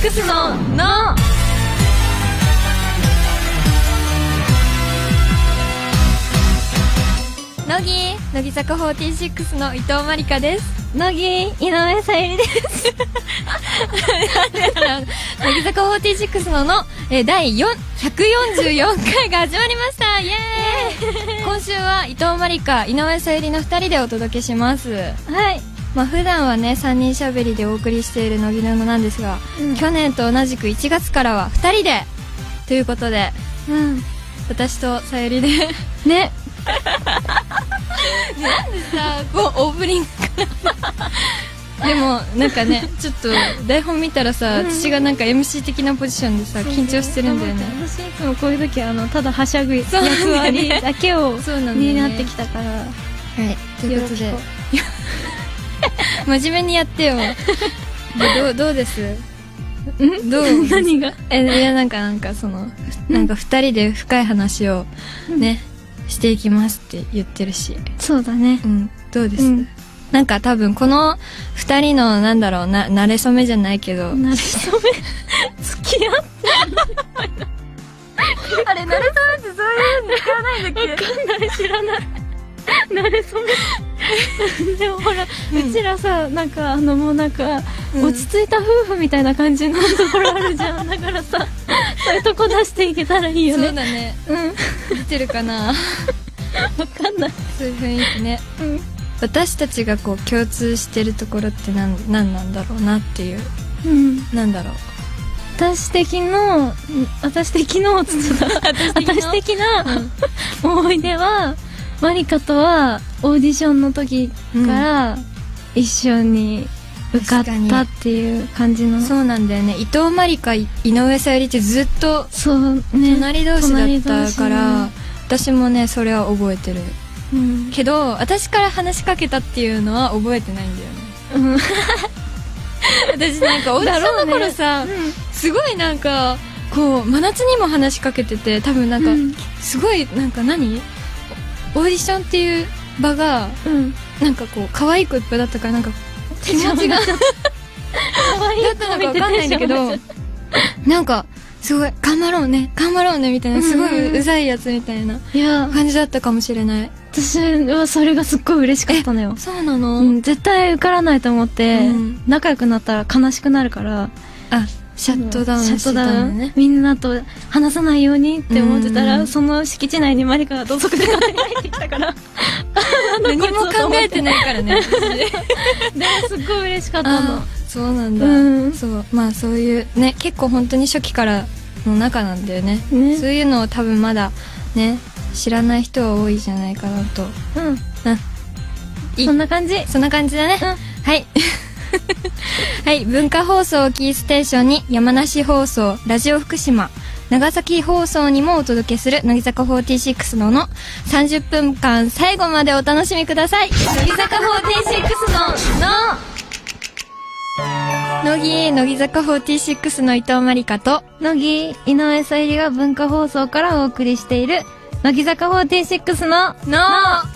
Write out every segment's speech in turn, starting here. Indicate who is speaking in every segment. Speaker 1: クスの「の」
Speaker 2: 乃木乃木坂46の伊藤真理香です
Speaker 1: 乃木井上さゆりです
Speaker 2: 乃木坂46のの、えー第4 144回が始まりましたイエーイ今週は伊藤真理香井上さゆりの2人でお届けします
Speaker 1: はい
Speaker 2: まあ普段はね3人しゃべりでお送りしている乃木ののなんですが、
Speaker 1: うん
Speaker 2: 去年と同じく1月からは2人でということで
Speaker 1: うん
Speaker 2: 私とさゆりで
Speaker 1: ね
Speaker 2: さあこうオープ ニングからでもなんかねちょっと台本見たらさ、
Speaker 1: うん
Speaker 2: 私がなんか MC 的なポジションでさ緊張してるんだよね
Speaker 1: 私いつもこういう時あのただはしゃぐ役
Speaker 2: そうなんだよね
Speaker 1: 割だけを
Speaker 2: そうなんだよね
Speaker 1: になってきた から
Speaker 2: はい、ということで
Speaker 1: よろし
Speaker 2: 真面目にやって よでどうどうですん どう
Speaker 1: 何が
Speaker 2: えいやなんかなんかそのなんか2人で深い話をね、していきますって言ってるし
Speaker 1: そうだね
Speaker 2: うんどうです、
Speaker 1: うん
Speaker 2: なんか多分この2人のなんだろうな慣れ初めじゃないけど
Speaker 1: なれそめ付き合っ
Speaker 2: あれ慣れ初めってそういうの聞かないんだっけ
Speaker 1: たら知らないなれそめでもほら、う
Speaker 2: うん
Speaker 1: ちらさなんかあのもうなんか、
Speaker 2: うん
Speaker 1: 落ち着いた夫婦みたいな感じのところあるじゃんだからさそういうとこ出していけたらいいよ
Speaker 2: そうだ
Speaker 1: ね
Speaker 2: ね
Speaker 1: うん
Speaker 2: 出てるか な
Speaker 1: 分かんない
Speaker 2: そういう雰囲気ね
Speaker 1: うん
Speaker 2: 私たちがこう共通してるところってなんなんなんだろうなっていう
Speaker 1: うん
Speaker 2: なんだろう
Speaker 1: 私的の私 的のつってた私的な思い出はマリカとはオーディションの時から一緒に受かったっていう感じの
Speaker 2: そうなんだよね伊藤真理香井上さゆりってずっと
Speaker 1: そうね
Speaker 2: 隣同士だったか
Speaker 1: 隣
Speaker 2: ら、
Speaker 1: 同士
Speaker 2: 私もねそれは覚えてる
Speaker 1: うん
Speaker 2: けど私から話しかけたっていうのは覚えてないんだよね
Speaker 1: うん
Speaker 2: 私なんかオーディションの
Speaker 1: だろう
Speaker 2: 頃
Speaker 1: ね
Speaker 2: さ、すごいなんかこう真夏にも話しかけてて多分なんか、
Speaker 1: うん
Speaker 2: すごいなんか何オーディションっていう場が
Speaker 1: うん
Speaker 2: なんかこう可愛い子いっぱいだったからなんか
Speaker 1: 手帳 が
Speaker 2: だ
Speaker 1: 可愛い
Speaker 2: ったのか分かんないんだけど
Speaker 1: 手帳が
Speaker 2: なんかすごい頑張ろうね頑張ろうねみたいなすご
Speaker 1: うんうんうん
Speaker 2: いうざいやつみたいない
Speaker 1: や
Speaker 2: 感じだったかもしれない
Speaker 1: 私はそれがすっごい嬉しかったのよ
Speaker 2: そうなの、
Speaker 1: うん絶対受からないと思って
Speaker 2: うん
Speaker 1: 仲良くなったら悲しくなるから
Speaker 2: あシャットダウン
Speaker 1: シャ
Speaker 2: し
Speaker 1: ット
Speaker 2: て
Speaker 1: ダ
Speaker 2: た
Speaker 1: ウ
Speaker 2: の
Speaker 1: ン
Speaker 2: ね
Speaker 1: みんなと話さないようにって思ってた
Speaker 2: うんう
Speaker 1: ら
Speaker 2: ん
Speaker 1: その敷地内にマリカが土足で入ってきた から
Speaker 2: 何も考えてないから ね
Speaker 1: でもすっごい嬉しかったの
Speaker 2: あそうなんだ、
Speaker 1: うん
Speaker 2: そうまあそういうね結構本当に初期からの仲なんだよね
Speaker 1: ね
Speaker 2: そういうのを多分まだね知らない人は多いじゃないかなと
Speaker 1: うん
Speaker 2: い
Speaker 1: そんな感じ
Speaker 2: そんな感じだね、
Speaker 1: う
Speaker 2: はい はい文化放送をキーステーションに山梨放送ラジオ福島長崎放送にもお届けする乃木坂46のの30分間最後までお楽しみください乃木坂46のの乃木乃木坂46の伊藤真理香と
Speaker 1: 乃木井上さゆりが文化放送からお送りしている乃木坂46の
Speaker 2: のは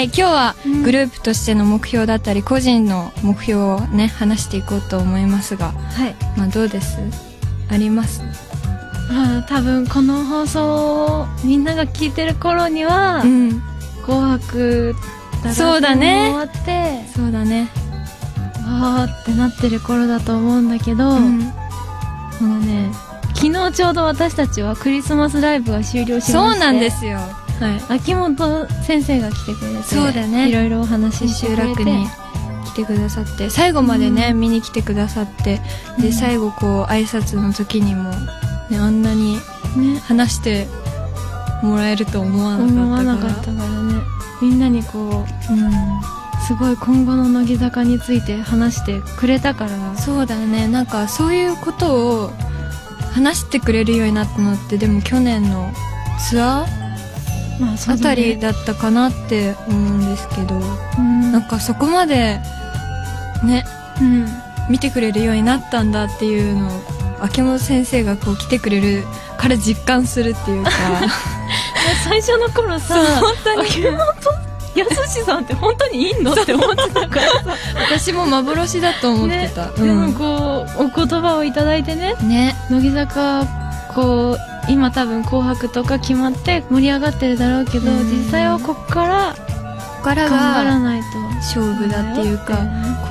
Speaker 2: い今日は
Speaker 1: うん
Speaker 2: グループとしての目標だったり個人の目標をね話していこうと思いますが
Speaker 1: はい
Speaker 2: まあどうですあります
Speaker 1: まあ多分この放送をみんなが聞いてる頃には
Speaker 2: うん
Speaker 1: 「紅白歌合戦」
Speaker 2: そうだね
Speaker 1: 終わって
Speaker 2: そうだね
Speaker 1: わーってなってる頃だと思うんだけど、
Speaker 2: うん
Speaker 1: このね昨日ちょうど私たちはクリスマスライブが終了しまして
Speaker 2: そうなんですよはい
Speaker 1: 秋元先生が来てくれて
Speaker 2: そうだね
Speaker 1: いろいろお話
Speaker 2: 千
Speaker 1: しして
Speaker 2: 秋楽
Speaker 1: くれて
Speaker 2: に来てくださって最後までね、見に来てくださってで、
Speaker 1: うん
Speaker 2: 最後こう挨拶の時にも、ね、あんなに
Speaker 1: ね
Speaker 2: 話してもらえると思わ
Speaker 1: 思わな
Speaker 2: な
Speaker 1: か
Speaker 2: か
Speaker 1: っ
Speaker 2: ったた
Speaker 1: か
Speaker 2: から
Speaker 1: ねみんなにこう
Speaker 2: らう
Speaker 1: すごい今後の乃木坂について話してくれたから
Speaker 2: ん、そうだねなんかそういうことを話してくれるようになったのってでも去年のツアー
Speaker 1: まあそ
Speaker 2: あ
Speaker 1: うだ
Speaker 2: た
Speaker 1: ね
Speaker 2: りだったかなって思うんですけど、
Speaker 1: うん
Speaker 2: なんかそこまでね
Speaker 1: うん
Speaker 2: 見てくれるようになったんだっていうのを秋元先生がこう来てくれるから 実感するっていうか
Speaker 1: 最初の頃さ
Speaker 2: 本当に
Speaker 1: 秋元やすしさんって本当にいいのって思ってたからさ、
Speaker 2: 私も幻だと思ってた。
Speaker 1: で
Speaker 2: う
Speaker 1: も
Speaker 2: ん。
Speaker 1: こうお言葉をいただいてね
Speaker 2: ね。
Speaker 1: 乃木坂こう今多分「紅白」とか決まって盛り上がってるだろうけど
Speaker 2: うん
Speaker 1: 実際はこっから
Speaker 2: ここから
Speaker 1: 頑張ら
Speaker 2: が
Speaker 1: ないと
Speaker 2: 勝負だっていうか、
Speaker 1: か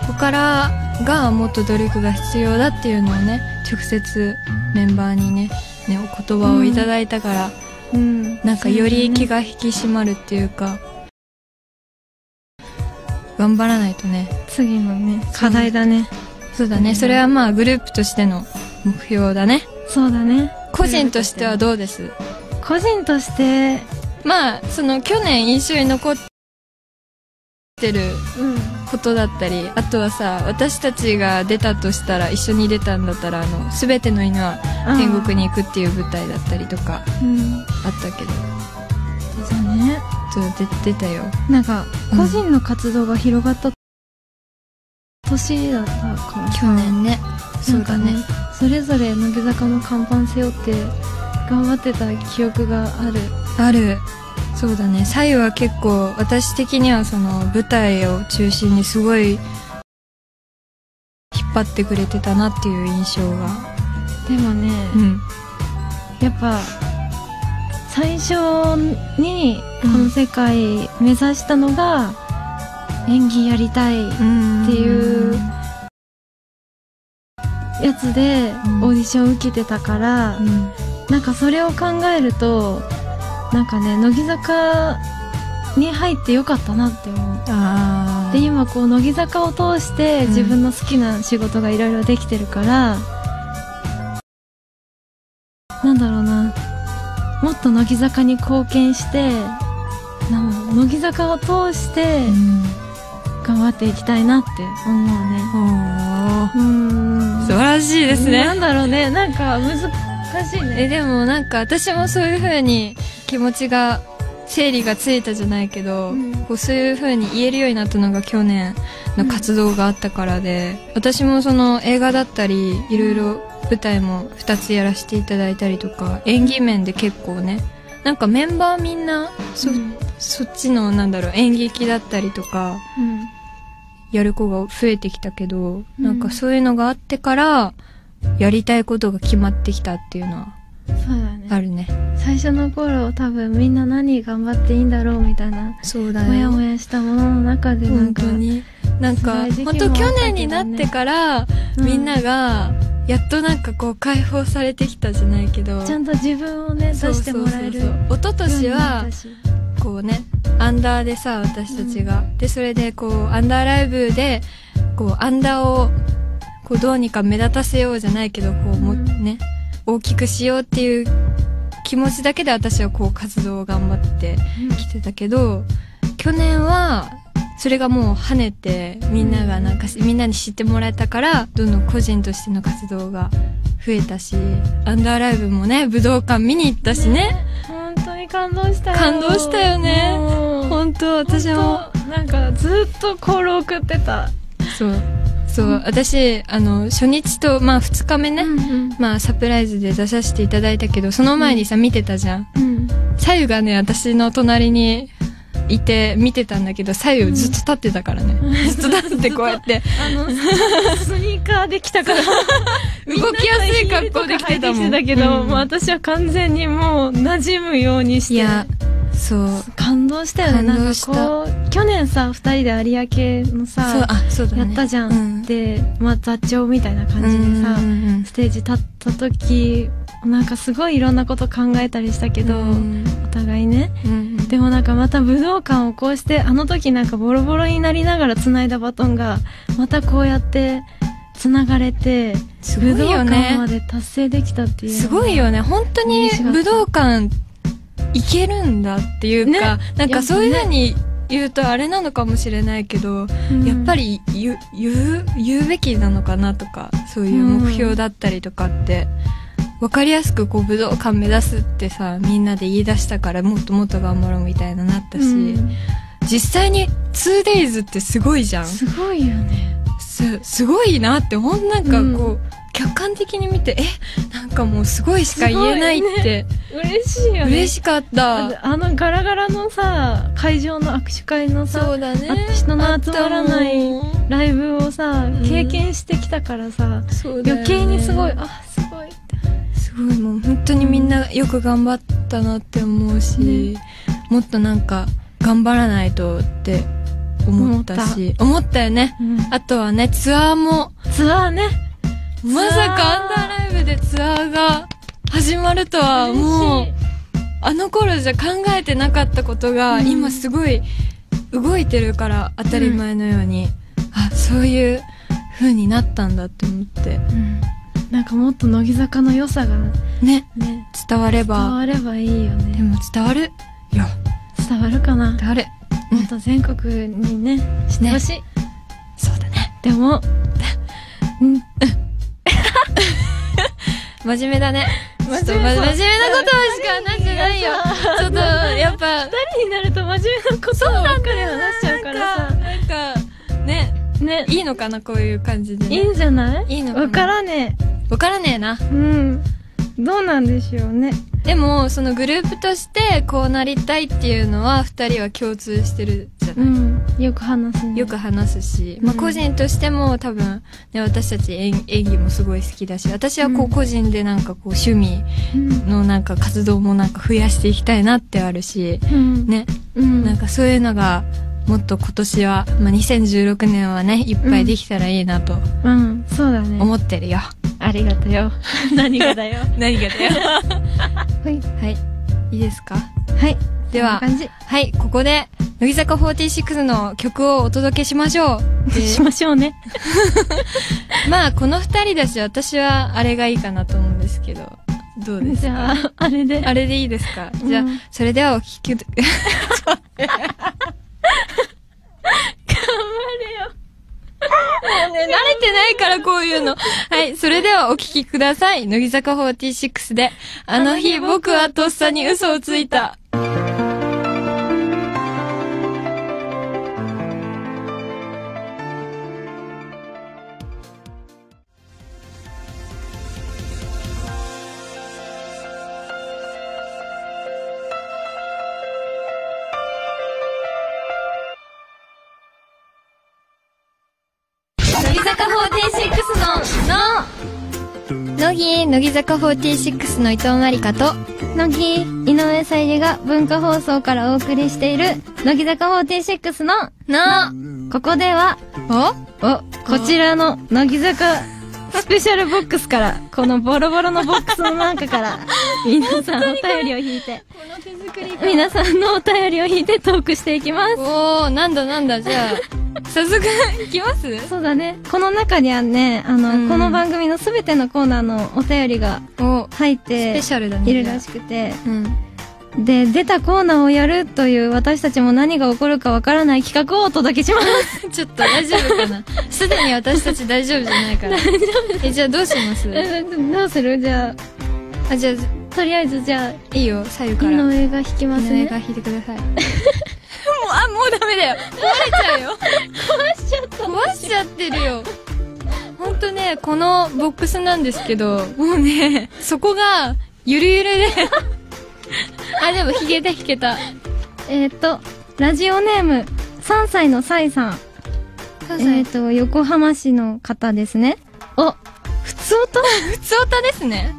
Speaker 2: ここからがもっと努力が必要だっていうのをね、直接メンバーにね、ね、お言葉をいただいたから、
Speaker 1: うん
Speaker 2: なんかより気が引き締まるっていうか、頑張らないとね。
Speaker 1: 次のね課題だね
Speaker 2: そうだね、それはまあグループとしての目標だね。
Speaker 1: そうだね
Speaker 2: 個人としてはどうです
Speaker 1: 個人として
Speaker 2: まあその去年印象に残ってる
Speaker 1: うん
Speaker 2: ことだったりあとはさ私たちが出たとしたら一緒に出たんだったらあの全ての犬は天国に行くっていう舞台だったりとか
Speaker 1: うん
Speaker 2: あったけど
Speaker 1: そうだね
Speaker 2: ちょっと出出たよ
Speaker 1: なんか
Speaker 2: うん
Speaker 1: 個人の活動が広がった年だったから
Speaker 2: 去年ねそ
Speaker 1: な
Speaker 2: うん
Speaker 1: か
Speaker 2: だね
Speaker 1: それぞれ乃木坂の看板背負って頑張ってた記憶がある
Speaker 2: あるそうだねサイは結構私的にはその舞台を中心にすごい引っ張ってくれてたなっていう印象が
Speaker 1: でもね、
Speaker 2: うん
Speaker 1: やっぱ最初に
Speaker 2: う
Speaker 1: こ
Speaker 2: ん
Speaker 1: の世界目指したのが演技やりたい
Speaker 2: っ
Speaker 1: っていうやつで
Speaker 2: うん
Speaker 1: オーディション受けてたから、
Speaker 2: うん
Speaker 1: なんかそれを考えるとなんかね乃木坂に入ってよかったなって思う
Speaker 2: あ
Speaker 1: で今こう乃木坂を通して
Speaker 2: ん
Speaker 1: 自分の好きな仕事がいろいろできてるから、なんだろうなもっと乃木坂に貢献してなんだろう乃木坂を通して
Speaker 2: うん
Speaker 1: 頑張っていきたいなって思うね
Speaker 2: おー
Speaker 1: うん
Speaker 2: 素晴らしいです
Speaker 1: な
Speaker 2: ね
Speaker 1: んだろうねなんか難しい
Speaker 2: え
Speaker 1: ね
Speaker 2: でもなんか私もそういう風に気持ちが整理がついたじゃないけど、
Speaker 1: うん
Speaker 2: こうそういう風に言えるようになったのが去年の活動があったからで、私もその映画だったりいろいろ舞台も2つやらせていただいたりとか演技面で結構ねなんかメンバーみんなそ,、
Speaker 1: うん
Speaker 2: そっちのなんだろう演劇だったりとか
Speaker 1: うん
Speaker 2: やる子が増えてきたけど、
Speaker 1: うん
Speaker 2: なんかそういうのがあってから、やりたいことが決まってきたっていうのは
Speaker 1: そうだね
Speaker 2: あるね。
Speaker 1: 最初の頃多分みんな何頑張っていいんだろうみたいな
Speaker 2: そうだ
Speaker 1: もやもやしたものの中でなん
Speaker 2: 本
Speaker 1: か
Speaker 2: 当に。なんか、
Speaker 1: 辛い時期もあ
Speaker 2: 本当
Speaker 1: ったけどね
Speaker 2: 去年になってから、
Speaker 1: うん
Speaker 2: みんなが、やっとなんかこう解放されてきたじゃないけど、
Speaker 1: ちゃんと自分をね出
Speaker 2: そう
Speaker 1: してもらえる
Speaker 2: そうそうそう一昨年は、
Speaker 1: う
Speaker 2: こうね、アンダーでさ、私たちが。で、それでこう、アンダーライブで、こう、アンダーを、こう、どうにか目立たせようじゃないけど、こう、も、
Speaker 1: うん
Speaker 2: ね、大きくしようっていう気持ちだけで私はこう、活動を頑張って
Speaker 1: ん
Speaker 2: きてたけど、去年は、それがもう跳ねて、みんながなんかし、みんなに知ってもらえたから、どんどん個人としての活動が増えたし、アンダーライブもね、武道館見に行ったしね
Speaker 1: 本当に感動したよ
Speaker 2: 感動したよね
Speaker 1: もう
Speaker 2: 本当私も
Speaker 1: 本当なんかずっとコール送ってた
Speaker 2: そうそう私あの初日とまあ2日目ね、
Speaker 1: うん
Speaker 2: まあサプライズで出させていただいたけどその前にさ見てたじゃん
Speaker 1: うん
Speaker 2: 左右がね私の隣にいて見てたんだけど左右ずっと立ってたからね、ずっと立ってこうやって
Speaker 1: あ のススニーカーできたから
Speaker 2: 動きやすい格好できてたもん
Speaker 1: みんながヒールとか履いてきてたけど、
Speaker 2: うん
Speaker 1: もう私は完全にもう馴染むようにして
Speaker 2: いやそう
Speaker 1: 感動したよね
Speaker 2: 感動した
Speaker 1: なんかこう去年さ2人で有明のさ
Speaker 2: そうあそうだね
Speaker 1: やったじゃん、
Speaker 2: うん
Speaker 1: で、まあ、座長みたいな感じでさ、
Speaker 2: うんうんうん
Speaker 1: ステージ立った時なんかすごいいろんなこと考えたりしたけど、
Speaker 2: うん
Speaker 1: お互いね
Speaker 2: うん
Speaker 1: でもなんかまた武道館をこうしてあの時なんかボロボロになりながら繋いだバトンがまたこうやって繋がれて、
Speaker 2: すご
Speaker 1: 武
Speaker 2: い
Speaker 1: 道
Speaker 2: よ
Speaker 1: 館
Speaker 2: ね
Speaker 1: まで達成できたっていうのが
Speaker 2: すごいよね。本当に武道館行けるんだっていうか、なんかそういうふうに言うとあれなのかもしれないけど、
Speaker 1: うん
Speaker 2: やっぱり言う、言う、言うべきなのかなとか、そういう目標だったりとかって、わかりやすくこう武道館目指すってさ、みんなで言い出したからもっともっと頑張ろうみたいななったし、
Speaker 1: うん
Speaker 2: 実際に 2days ってすごいじゃん。
Speaker 1: すごいよね
Speaker 2: すすごいなってほんなんかこう、
Speaker 1: う
Speaker 2: 客観的に見てえなんかもうすごいしか言えないって。
Speaker 1: 嬉しいよね。
Speaker 2: 嬉しかった。
Speaker 1: あのガラガラのさ、会場の握手会のさ、
Speaker 2: うだ
Speaker 1: あ人の集まらない
Speaker 2: あったもん
Speaker 1: ライブをさ
Speaker 2: ん、
Speaker 1: 経験してきたからさ、
Speaker 2: そうだよね
Speaker 1: 余計にすごい、あ、すごい。
Speaker 2: すごいもう本当にみんなよく頑張ったなって思うし、もっとなんか頑張らないとって思ったし思ったよねあとはねツアーも
Speaker 1: ツアーね。アー
Speaker 2: まさかアンダーライブでツアーが始まるとはもう
Speaker 1: 嬉しい
Speaker 2: あの頃じゃ考えてなかったことが、
Speaker 1: うん
Speaker 2: 今すごい動いてるから当たり前のように、あそういう風になったんだって思って
Speaker 1: うんなんかもっと乃木坂の良さが
Speaker 2: ね
Speaker 1: ね、
Speaker 2: 伝われ
Speaker 1: 伝
Speaker 2: ば
Speaker 1: わればいいよ
Speaker 2: で
Speaker 1: ね。
Speaker 2: も伝わるよ
Speaker 1: 伝わるかな
Speaker 2: 伝わる
Speaker 1: もっと全国にね、してほしい。
Speaker 2: そうだね
Speaker 1: でも、うん
Speaker 2: 真面目だねちょっと真
Speaker 1: 真面
Speaker 2: 面
Speaker 1: 目そ
Speaker 2: 目
Speaker 1: う
Speaker 2: なことしかなくないよちょっとやっぱ
Speaker 1: 二人になると真面目なことばっかり話しちゃうからさ。
Speaker 2: なんかなんかね
Speaker 1: ね、
Speaker 2: いいのかなこういう感じで、
Speaker 1: い
Speaker 2: ね、
Speaker 1: いんじゃない
Speaker 2: いいのかな
Speaker 1: わからね
Speaker 2: わからねえな
Speaker 1: え。うん。どうなんでしょうね。
Speaker 2: でもそのグループとしてこうなりたいっていうのは2人は共通してるじゃ
Speaker 1: う
Speaker 2: ない、
Speaker 1: ん。よく話すね。
Speaker 2: よく話すし、まあ、
Speaker 1: うん
Speaker 2: 個人としても多分、ね、私たち演演技もすごい好きだし私はこ
Speaker 1: う
Speaker 2: うん個人でなんかこう趣味
Speaker 1: うん。
Speaker 2: のなんか活動もなんか増やしていきたいなってあるし、
Speaker 1: うん。
Speaker 2: ね、
Speaker 1: うん。
Speaker 2: なんかそういうのがもっと今年は、まあ、2016年はねいっぱいできたらいいなと
Speaker 1: うん。そうだね。
Speaker 2: 思ってるよ、
Speaker 1: ありがと よ。 何がだよ。
Speaker 2: 何がだよ
Speaker 1: はい。
Speaker 2: はいいいですか
Speaker 1: はい。
Speaker 2: では
Speaker 1: こんな感じ。
Speaker 2: はい、ここで、乃木坂46の曲をお届けしましょう。
Speaker 1: し ましょうね。
Speaker 2: でまあ、この二人だし、私はあれがいいかなと思うんですけど、どうです
Speaker 1: じ
Speaker 2: か
Speaker 1: ゃあ、あれで。
Speaker 2: あれでいいですかじゃあ、
Speaker 1: うん
Speaker 2: それではお聞きく、慣れてないからこういうの。はい、それではお聞きください。乃木坂46で、あの日僕はとっさに嘘をついた。乃木坂46の、の、乃木、乃木坂46の伊藤まりかと、
Speaker 1: 乃木、井上さゆりが文化放送からお送りしている、乃木坂46の、
Speaker 2: の、
Speaker 1: ここでは、
Speaker 2: お
Speaker 1: お、こちらの乃木坂スペシャルボックスから、このボロボロのボックスの中 から、皆さんお便りを引いて、
Speaker 2: この手作り
Speaker 1: 皆さんのお便りを引いてトークしていきます。
Speaker 2: おー、なんだなんだ、じゃあ、早速、いきます
Speaker 1: そうだね。この中にはね、あの、
Speaker 2: うん
Speaker 1: この番組のすべてのコーナーのお便りが
Speaker 2: お、
Speaker 1: 入っ
Speaker 2: ス
Speaker 1: て
Speaker 2: ペシャルだね。
Speaker 1: いるらしくて、
Speaker 2: うん。
Speaker 1: で、出たコーナーをやるという私たちも何が起こるかわからない企画をお届けします。
Speaker 2: ちょっと大丈夫かなすでに私たち大丈夫じゃないから。大丈夫え、じゃあどうします
Speaker 1: え どうするじゃ
Speaker 2: あ、じゃ
Speaker 1: あ、とりあえずじゃあ、
Speaker 2: あ、いいよ、左右か
Speaker 1: 井
Speaker 2: ら。
Speaker 1: 上が弾きます
Speaker 2: 井上
Speaker 1: ね。
Speaker 2: が引いてください。もう、あ、もうダメだよ。壊れちゃうよ。
Speaker 1: しちゃった。
Speaker 2: 壊しちゃってるよ。ほんとね、このボックスなんですけど、もうね、そこが、ゆるゆる で。あ、でも、ひげで引けた。
Speaker 1: えっ、と、ラジオネーム、3歳のサイさん。えっ、と、横浜市の方ですね。お、普通音
Speaker 2: 普通歌ですね。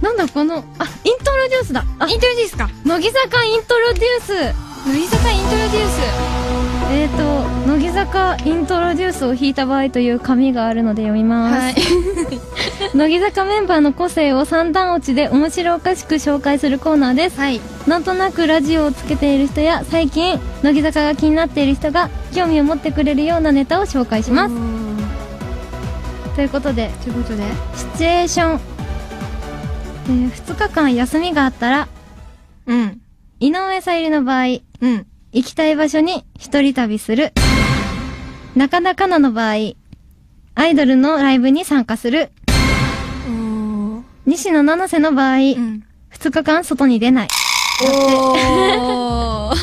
Speaker 1: なんだこの、あ、イントロデュースだ。あ、
Speaker 2: イントロデュースか。
Speaker 1: 乃木坂イントロデュース。
Speaker 2: 乃木坂イントロデュース。
Speaker 1: えっ、と、乃木坂イントロデュースを弾いた場合という紙があるので読みます。
Speaker 2: はい。
Speaker 1: 乃木坂メンバーの個性を三段落ちで面白おかしく紹介するコーナーです。
Speaker 2: はい。
Speaker 1: なんとなくラジオをつけている人や最近、乃木坂が気になっている人が興味を持ってくれるようなネタを紹介します。ということで、
Speaker 2: ということで、
Speaker 1: シチュエーション、え2日間休みがあったら、
Speaker 2: うん。
Speaker 1: 井上さゆりの場合、行
Speaker 2: うん。
Speaker 1: きたい場所に一人旅する。中田香菜の場合、アイドルのライブに参加する。
Speaker 2: お
Speaker 1: 西野七瀬の場合、
Speaker 2: ー。ん。
Speaker 1: 2日間外に出ない。
Speaker 2: おー。あ、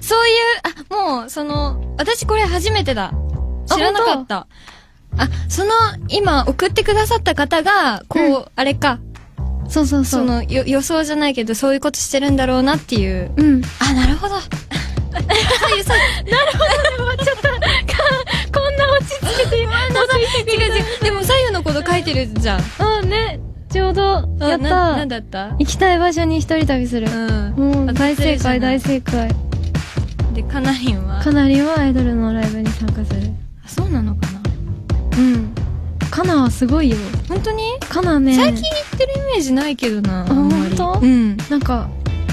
Speaker 2: そういう、あ、もう、その、私これ初めてだ。知らなかった。あ、その、今送ってくださった方が、こう、あれか、
Speaker 1: そうそうそう
Speaker 2: そのよ予想じゃないけどそういうことしてるんだろうなっていう
Speaker 1: うん
Speaker 2: あなるほど
Speaker 1: こんな落ち着けて
Speaker 2: 違う違うでも左右のこと書いてるじゃん
Speaker 1: うんねちょうど
Speaker 2: あ
Speaker 1: やった
Speaker 2: ななんだった
Speaker 1: 行きたい場所に一人旅する、
Speaker 2: うん
Speaker 1: もう
Speaker 2: あ
Speaker 1: 大正解大
Speaker 2: 正
Speaker 1: 正解
Speaker 2: 解でカナリンは
Speaker 1: かなりはアイドルのライブに参加する
Speaker 2: あそうなのかな
Speaker 1: うんかなはすごいよ
Speaker 2: 本当に
Speaker 1: かなね
Speaker 2: 最近行ってるイメージないけどなあんまり
Speaker 1: 本当
Speaker 2: うん
Speaker 1: なんか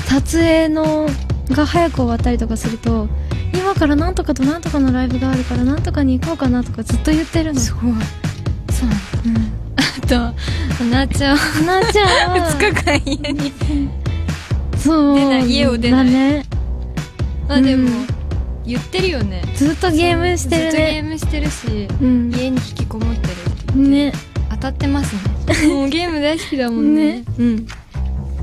Speaker 1: 撮影のが早く終わったりとかすると今からなんとかとなんとかのライブがあるからなんとかに行こうかなとかずっと言ってるの
Speaker 2: すごいそうな
Speaker 1: うん
Speaker 2: のあとなっ ちゃん
Speaker 1: かなちゃ んは
Speaker 2: 2日間家に
Speaker 1: そう
Speaker 2: 出ない家を出ない
Speaker 1: だね
Speaker 2: まあでも
Speaker 1: うん
Speaker 2: 言ってるよね
Speaker 1: ずっとゲームして
Speaker 2: ず
Speaker 1: る
Speaker 2: っとゲ
Speaker 1: ね
Speaker 2: ームしてるし
Speaker 1: うん
Speaker 2: 家に引きこもってるって
Speaker 1: ね
Speaker 2: 当たってます ねもうゲーム大好きだもんね
Speaker 1: ね
Speaker 2: うんじ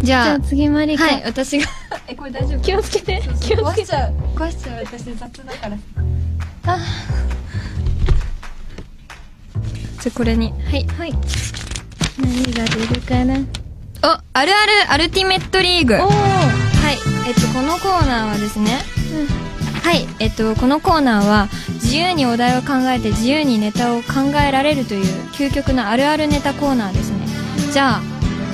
Speaker 1: じゃ
Speaker 2: ゃ
Speaker 1: あ
Speaker 2: あ
Speaker 1: 次マリカ、
Speaker 2: はい私が えこれ大丈夫
Speaker 1: 気をつけて気をつ
Speaker 2: 壊
Speaker 1: け
Speaker 2: してちゃう壊しちゃう私雑だからあじゃあこれにはい
Speaker 1: はい何が出るかな
Speaker 2: おあるあるアルティメットリーグ
Speaker 1: お
Speaker 2: は
Speaker 1: お、
Speaker 2: いえっとこのコーナーはですねはいえっとこのコーナーは自由にお題を考えて自由にネタを考えられるという究極のあるあるネタコーナーですねじゃあ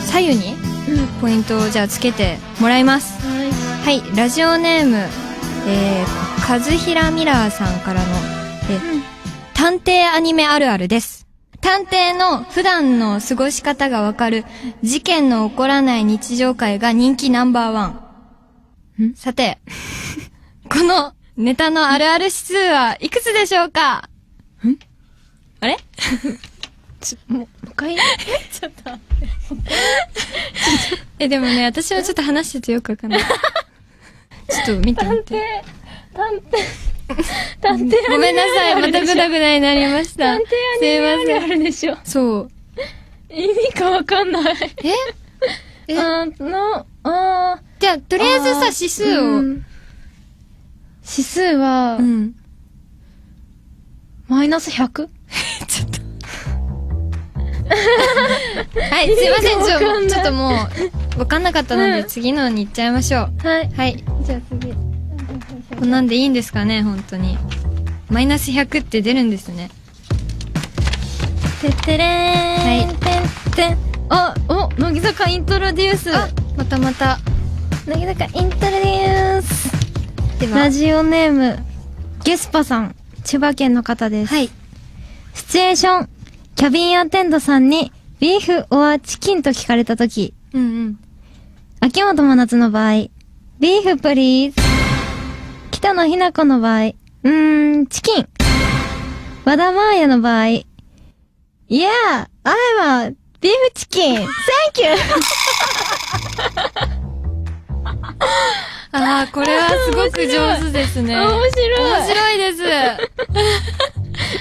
Speaker 2: 左右に
Speaker 1: うん、うん、
Speaker 2: ポイントをじゃあつけてもらいます
Speaker 1: はい
Speaker 2: はいラジオネームえー、和平ミラーさんからの、えー探偵アニメあるあるです。探偵の普段の過ごし方がわかる事件の起こらない日常会が人気ナンバーワン。さて、 このネタのあるある指数はいくつでしょうかあ れ
Speaker 1: うんもう 一回
Speaker 2: え、でもね、私はちょっと話しててよくわかん ない。ちょっと見てみて。
Speaker 1: 探偵 探偵
Speaker 2: ごめんなさい、またグダグダになりました。
Speaker 1: 探偵アニメあ
Speaker 2: すいま
Speaker 1: るあ
Speaker 2: せん。
Speaker 1: るでしょ
Speaker 2: そう。
Speaker 1: 意味かわかんない
Speaker 2: え え
Speaker 1: あのあ
Speaker 2: じゃあ、と
Speaker 1: と
Speaker 2: りあえずさ、指数を。
Speaker 1: 指数は、
Speaker 2: ん。
Speaker 1: マイナス 100?
Speaker 2: ちょっと。はい、すいません、ち
Speaker 1: 意味がわかんな
Speaker 2: ょ
Speaker 1: い
Speaker 2: ちょっともう、わかんなかったので、
Speaker 1: うん
Speaker 2: 次のに行っちゃいましょう。
Speaker 1: はい
Speaker 2: はい、
Speaker 1: じゃあ次
Speaker 2: こんなんでいいんですかね、本当に。マイナス100って出るんですね。
Speaker 1: てってれーん、
Speaker 2: はい
Speaker 1: てんてんあお乃木坂イントロデュース
Speaker 2: あ、またまた。
Speaker 1: 乃木坂イントロデュース
Speaker 2: では、
Speaker 1: ラジオネームゲスパさん千葉県の方です
Speaker 2: はい。
Speaker 1: シチュエーションキャビンアテンドさんにビーフオアチキンと聞かれた時
Speaker 2: うんうん。
Speaker 1: 秋元真夏の場合、ビーフプリーズ。北野日な子の場合、うーん、チキン。和田真彩の場合、Yeah, I'm a beef chicken. Thank you.
Speaker 2: ああ、これはすごく上手ですね。
Speaker 1: 白
Speaker 2: 面白いです。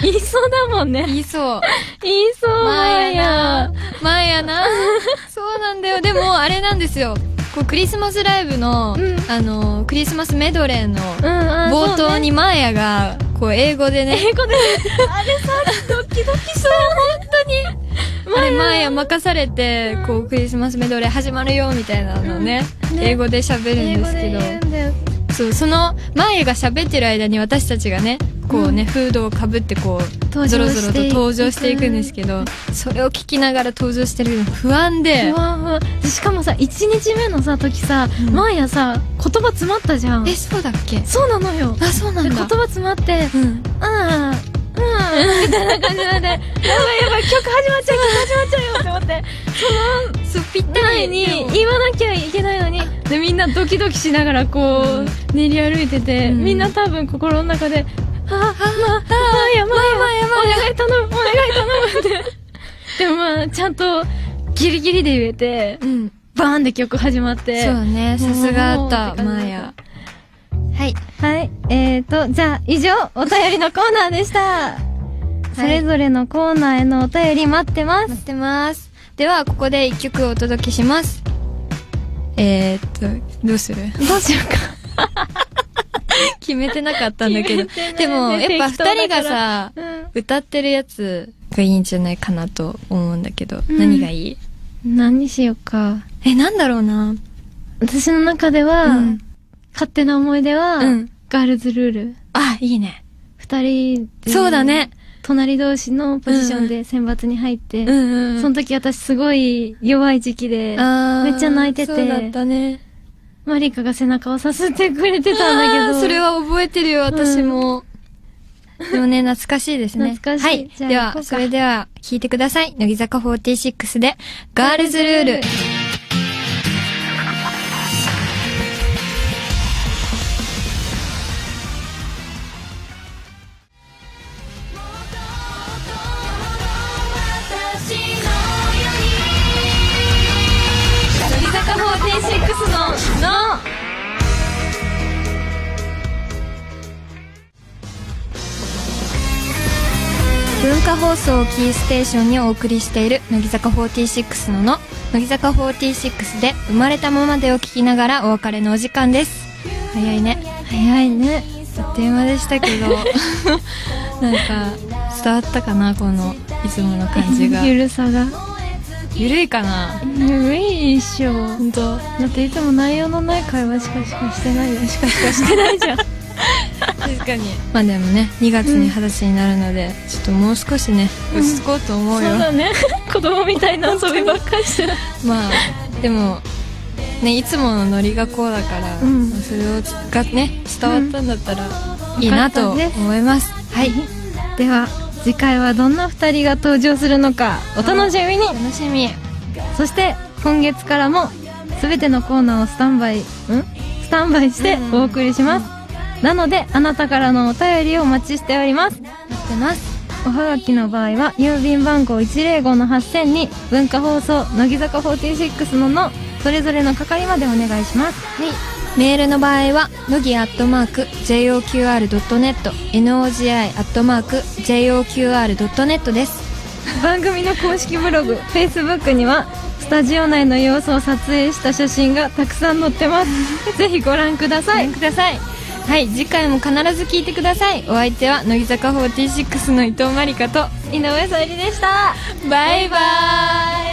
Speaker 1: 言いそうだもんね。
Speaker 2: 言いそう。
Speaker 1: 言いそう、
Speaker 2: まあ
Speaker 1: 真
Speaker 2: や
Speaker 1: 彩
Speaker 2: な。まあやな。 そうなんだよ。でも、あれなんですよ。こう、クリスマスライブの、
Speaker 1: うん
Speaker 2: あの、クリスマスメドレーの、
Speaker 1: うん、あ
Speaker 2: 冒頭。にマーヤが、こう、英語でね。
Speaker 1: そうね英語で。あれさ、ドキドキした。本当に。
Speaker 2: あれ、マーヤ任されて、こう、クリスマスメドレー始まるよ、みたいなのね。
Speaker 1: うんね
Speaker 2: 英語で喋る
Speaker 1: 英
Speaker 2: んで
Speaker 1: 語
Speaker 2: す
Speaker 1: で
Speaker 2: け
Speaker 1: 言う
Speaker 2: ど。
Speaker 1: んだよ。
Speaker 2: そう、その、マーヤが喋ってる間に私たちがね、こうね、フードをかぶって、こ
Speaker 1: 登場
Speaker 2: う、ゾロゾロと
Speaker 1: していく
Speaker 2: 登場していくんですけど、それを聞きながら登場してるの不安で
Speaker 1: ふ、わふわでしかもさ1日目のさ時さ、
Speaker 2: うん
Speaker 1: マーヤさ言葉詰まったじゃん
Speaker 2: え、そうだっけ
Speaker 1: そうなのよ
Speaker 2: あ、そうな
Speaker 1: で
Speaker 2: ん
Speaker 1: 言
Speaker 2: だ
Speaker 1: 葉。詰まって
Speaker 2: うん。
Speaker 1: 「ああうん」みたいな感じなん で「やばいやばい曲始まっちゃう曲始まっちゃうよ」って思って
Speaker 2: そう、ぴっ
Speaker 1: その前に言わなきゃいけないのにでみんなドキドキしながらこう、
Speaker 2: うん
Speaker 1: 練り歩いてて、
Speaker 2: うん
Speaker 1: みんな多分心の中で「ああああああやばいやばいお願い頼むお願い頼む」ってでもまあちゃんとギリギリで言えて
Speaker 2: うん。
Speaker 1: バーンで曲始まって
Speaker 2: そうね、さすがあった、
Speaker 1: もう
Speaker 2: マーヤ。はい。
Speaker 1: はい。えーと、じゃあ、以上、お便りのコーナーでした。それぞれのコーナーへのお便り待ってます。
Speaker 2: 待ってます。では、ここで一曲お届けします。えー、っと、どうする
Speaker 1: どうしようか。
Speaker 2: 決めてなかったんだけど
Speaker 1: 決め。
Speaker 2: で
Speaker 1: てな
Speaker 2: も、
Speaker 1: いね
Speaker 2: やっぱ
Speaker 1: 適当だから
Speaker 2: 二人がさ、
Speaker 1: うん。
Speaker 2: 歌ってるやつがいいんじゃないかなと思うんだけど、
Speaker 1: うん
Speaker 2: 何がいい
Speaker 1: 何にしようか。
Speaker 2: え、なんだろうな。
Speaker 1: 私の中では、
Speaker 2: うん
Speaker 1: 勝手な思い出は、
Speaker 2: うん
Speaker 1: ガールズルール。
Speaker 2: あ、いいね。
Speaker 1: 二人で
Speaker 2: そうだね。
Speaker 1: 隣同士のポジションで選抜に入って、
Speaker 2: ん
Speaker 1: その時私すごい弱い時期で、
Speaker 2: あー
Speaker 1: めっちゃ泣いてて
Speaker 2: そうだったね。
Speaker 1: マリカが背中をさせてくれてたんだけ
Speaker 2: あー
Speaker 1: ど。
Speaker 2: それ は覚えてるよ、私も。でもね、懐かしいですね。
Speaker 1: 懐かしい
Speaker 2: はい。
Speaker 1: じゃあ
Speaker 2: で
Speaker 1: 行こう
Speaker 2: は、
Speaker 1: か
Speaker 2: それでは、聞いてください。乃木坂46で、ガールズルール。
Speaker 1: 乃木坂46の、の
Speaker 2: 文化放送をキーステーションにお送りしている、乃木坂46のの、乃木坂46で、生まれたままでを聞きながらお別れのお時間です。早いね。
Speaker 1: 早いね。
Speaker 2: 電話でしたけど、 なんか、伝わったかな、この、いつもの感じが。
Speaker 1: ゆるさが。
Speaker 2: ゆるいかな
Speaker 1: ゆるい一生。
Speaker 2: 本当
Speaker 1: だっていつも内容のない会話しかしかしてないよしかしかしてな いじゃん
Speaker 2: 確かにまあでもね2月に二十歳になるので、ちょっともう少しね落ち着こうと思
Speaker 1: そう
Speaker 2: うよ、
Speaker 1: だね 子供みたいな遊びばっかりしてる
Speaker 2: まあでもねいつものノリがこうだから、
Speaker 1: うん
Speaker 2: まあそれをがね伝わったんだったらいいなと思います、はい
Speaker 1: では次回はどんな2人が登場するのかお楽しみに
Speaker 2: 楽しみ
Speaker 1: そして今月からも全てのコーナーをスタンバイんスタンバイして
Speaker 2: うん
Speaker 1: お送りします、なのであなたからのお便りをお待ちしております
Speaker 2: 待ってます
Speaker 1: おはがきの場合は郵便番号105の8000に文化放送乃木坂46ののそれぞれの係までお願いします
Speaker 2: はいメールの場合は乃木アットマーク JOQR.net NOGI アットマーク JOQR.net です
Speaker 1: 番組の公式ブログ Facebook にはスタジオ内の様子を撮影した写真がたくさん載ってますぜひご覧ください
Speaker 2: くださいはい次回も必ず聞いてくださいお相手は乃木坂46の伊藤まりかと
Speaker 1: 井上さゆりでした
Speaker 2: バイバイ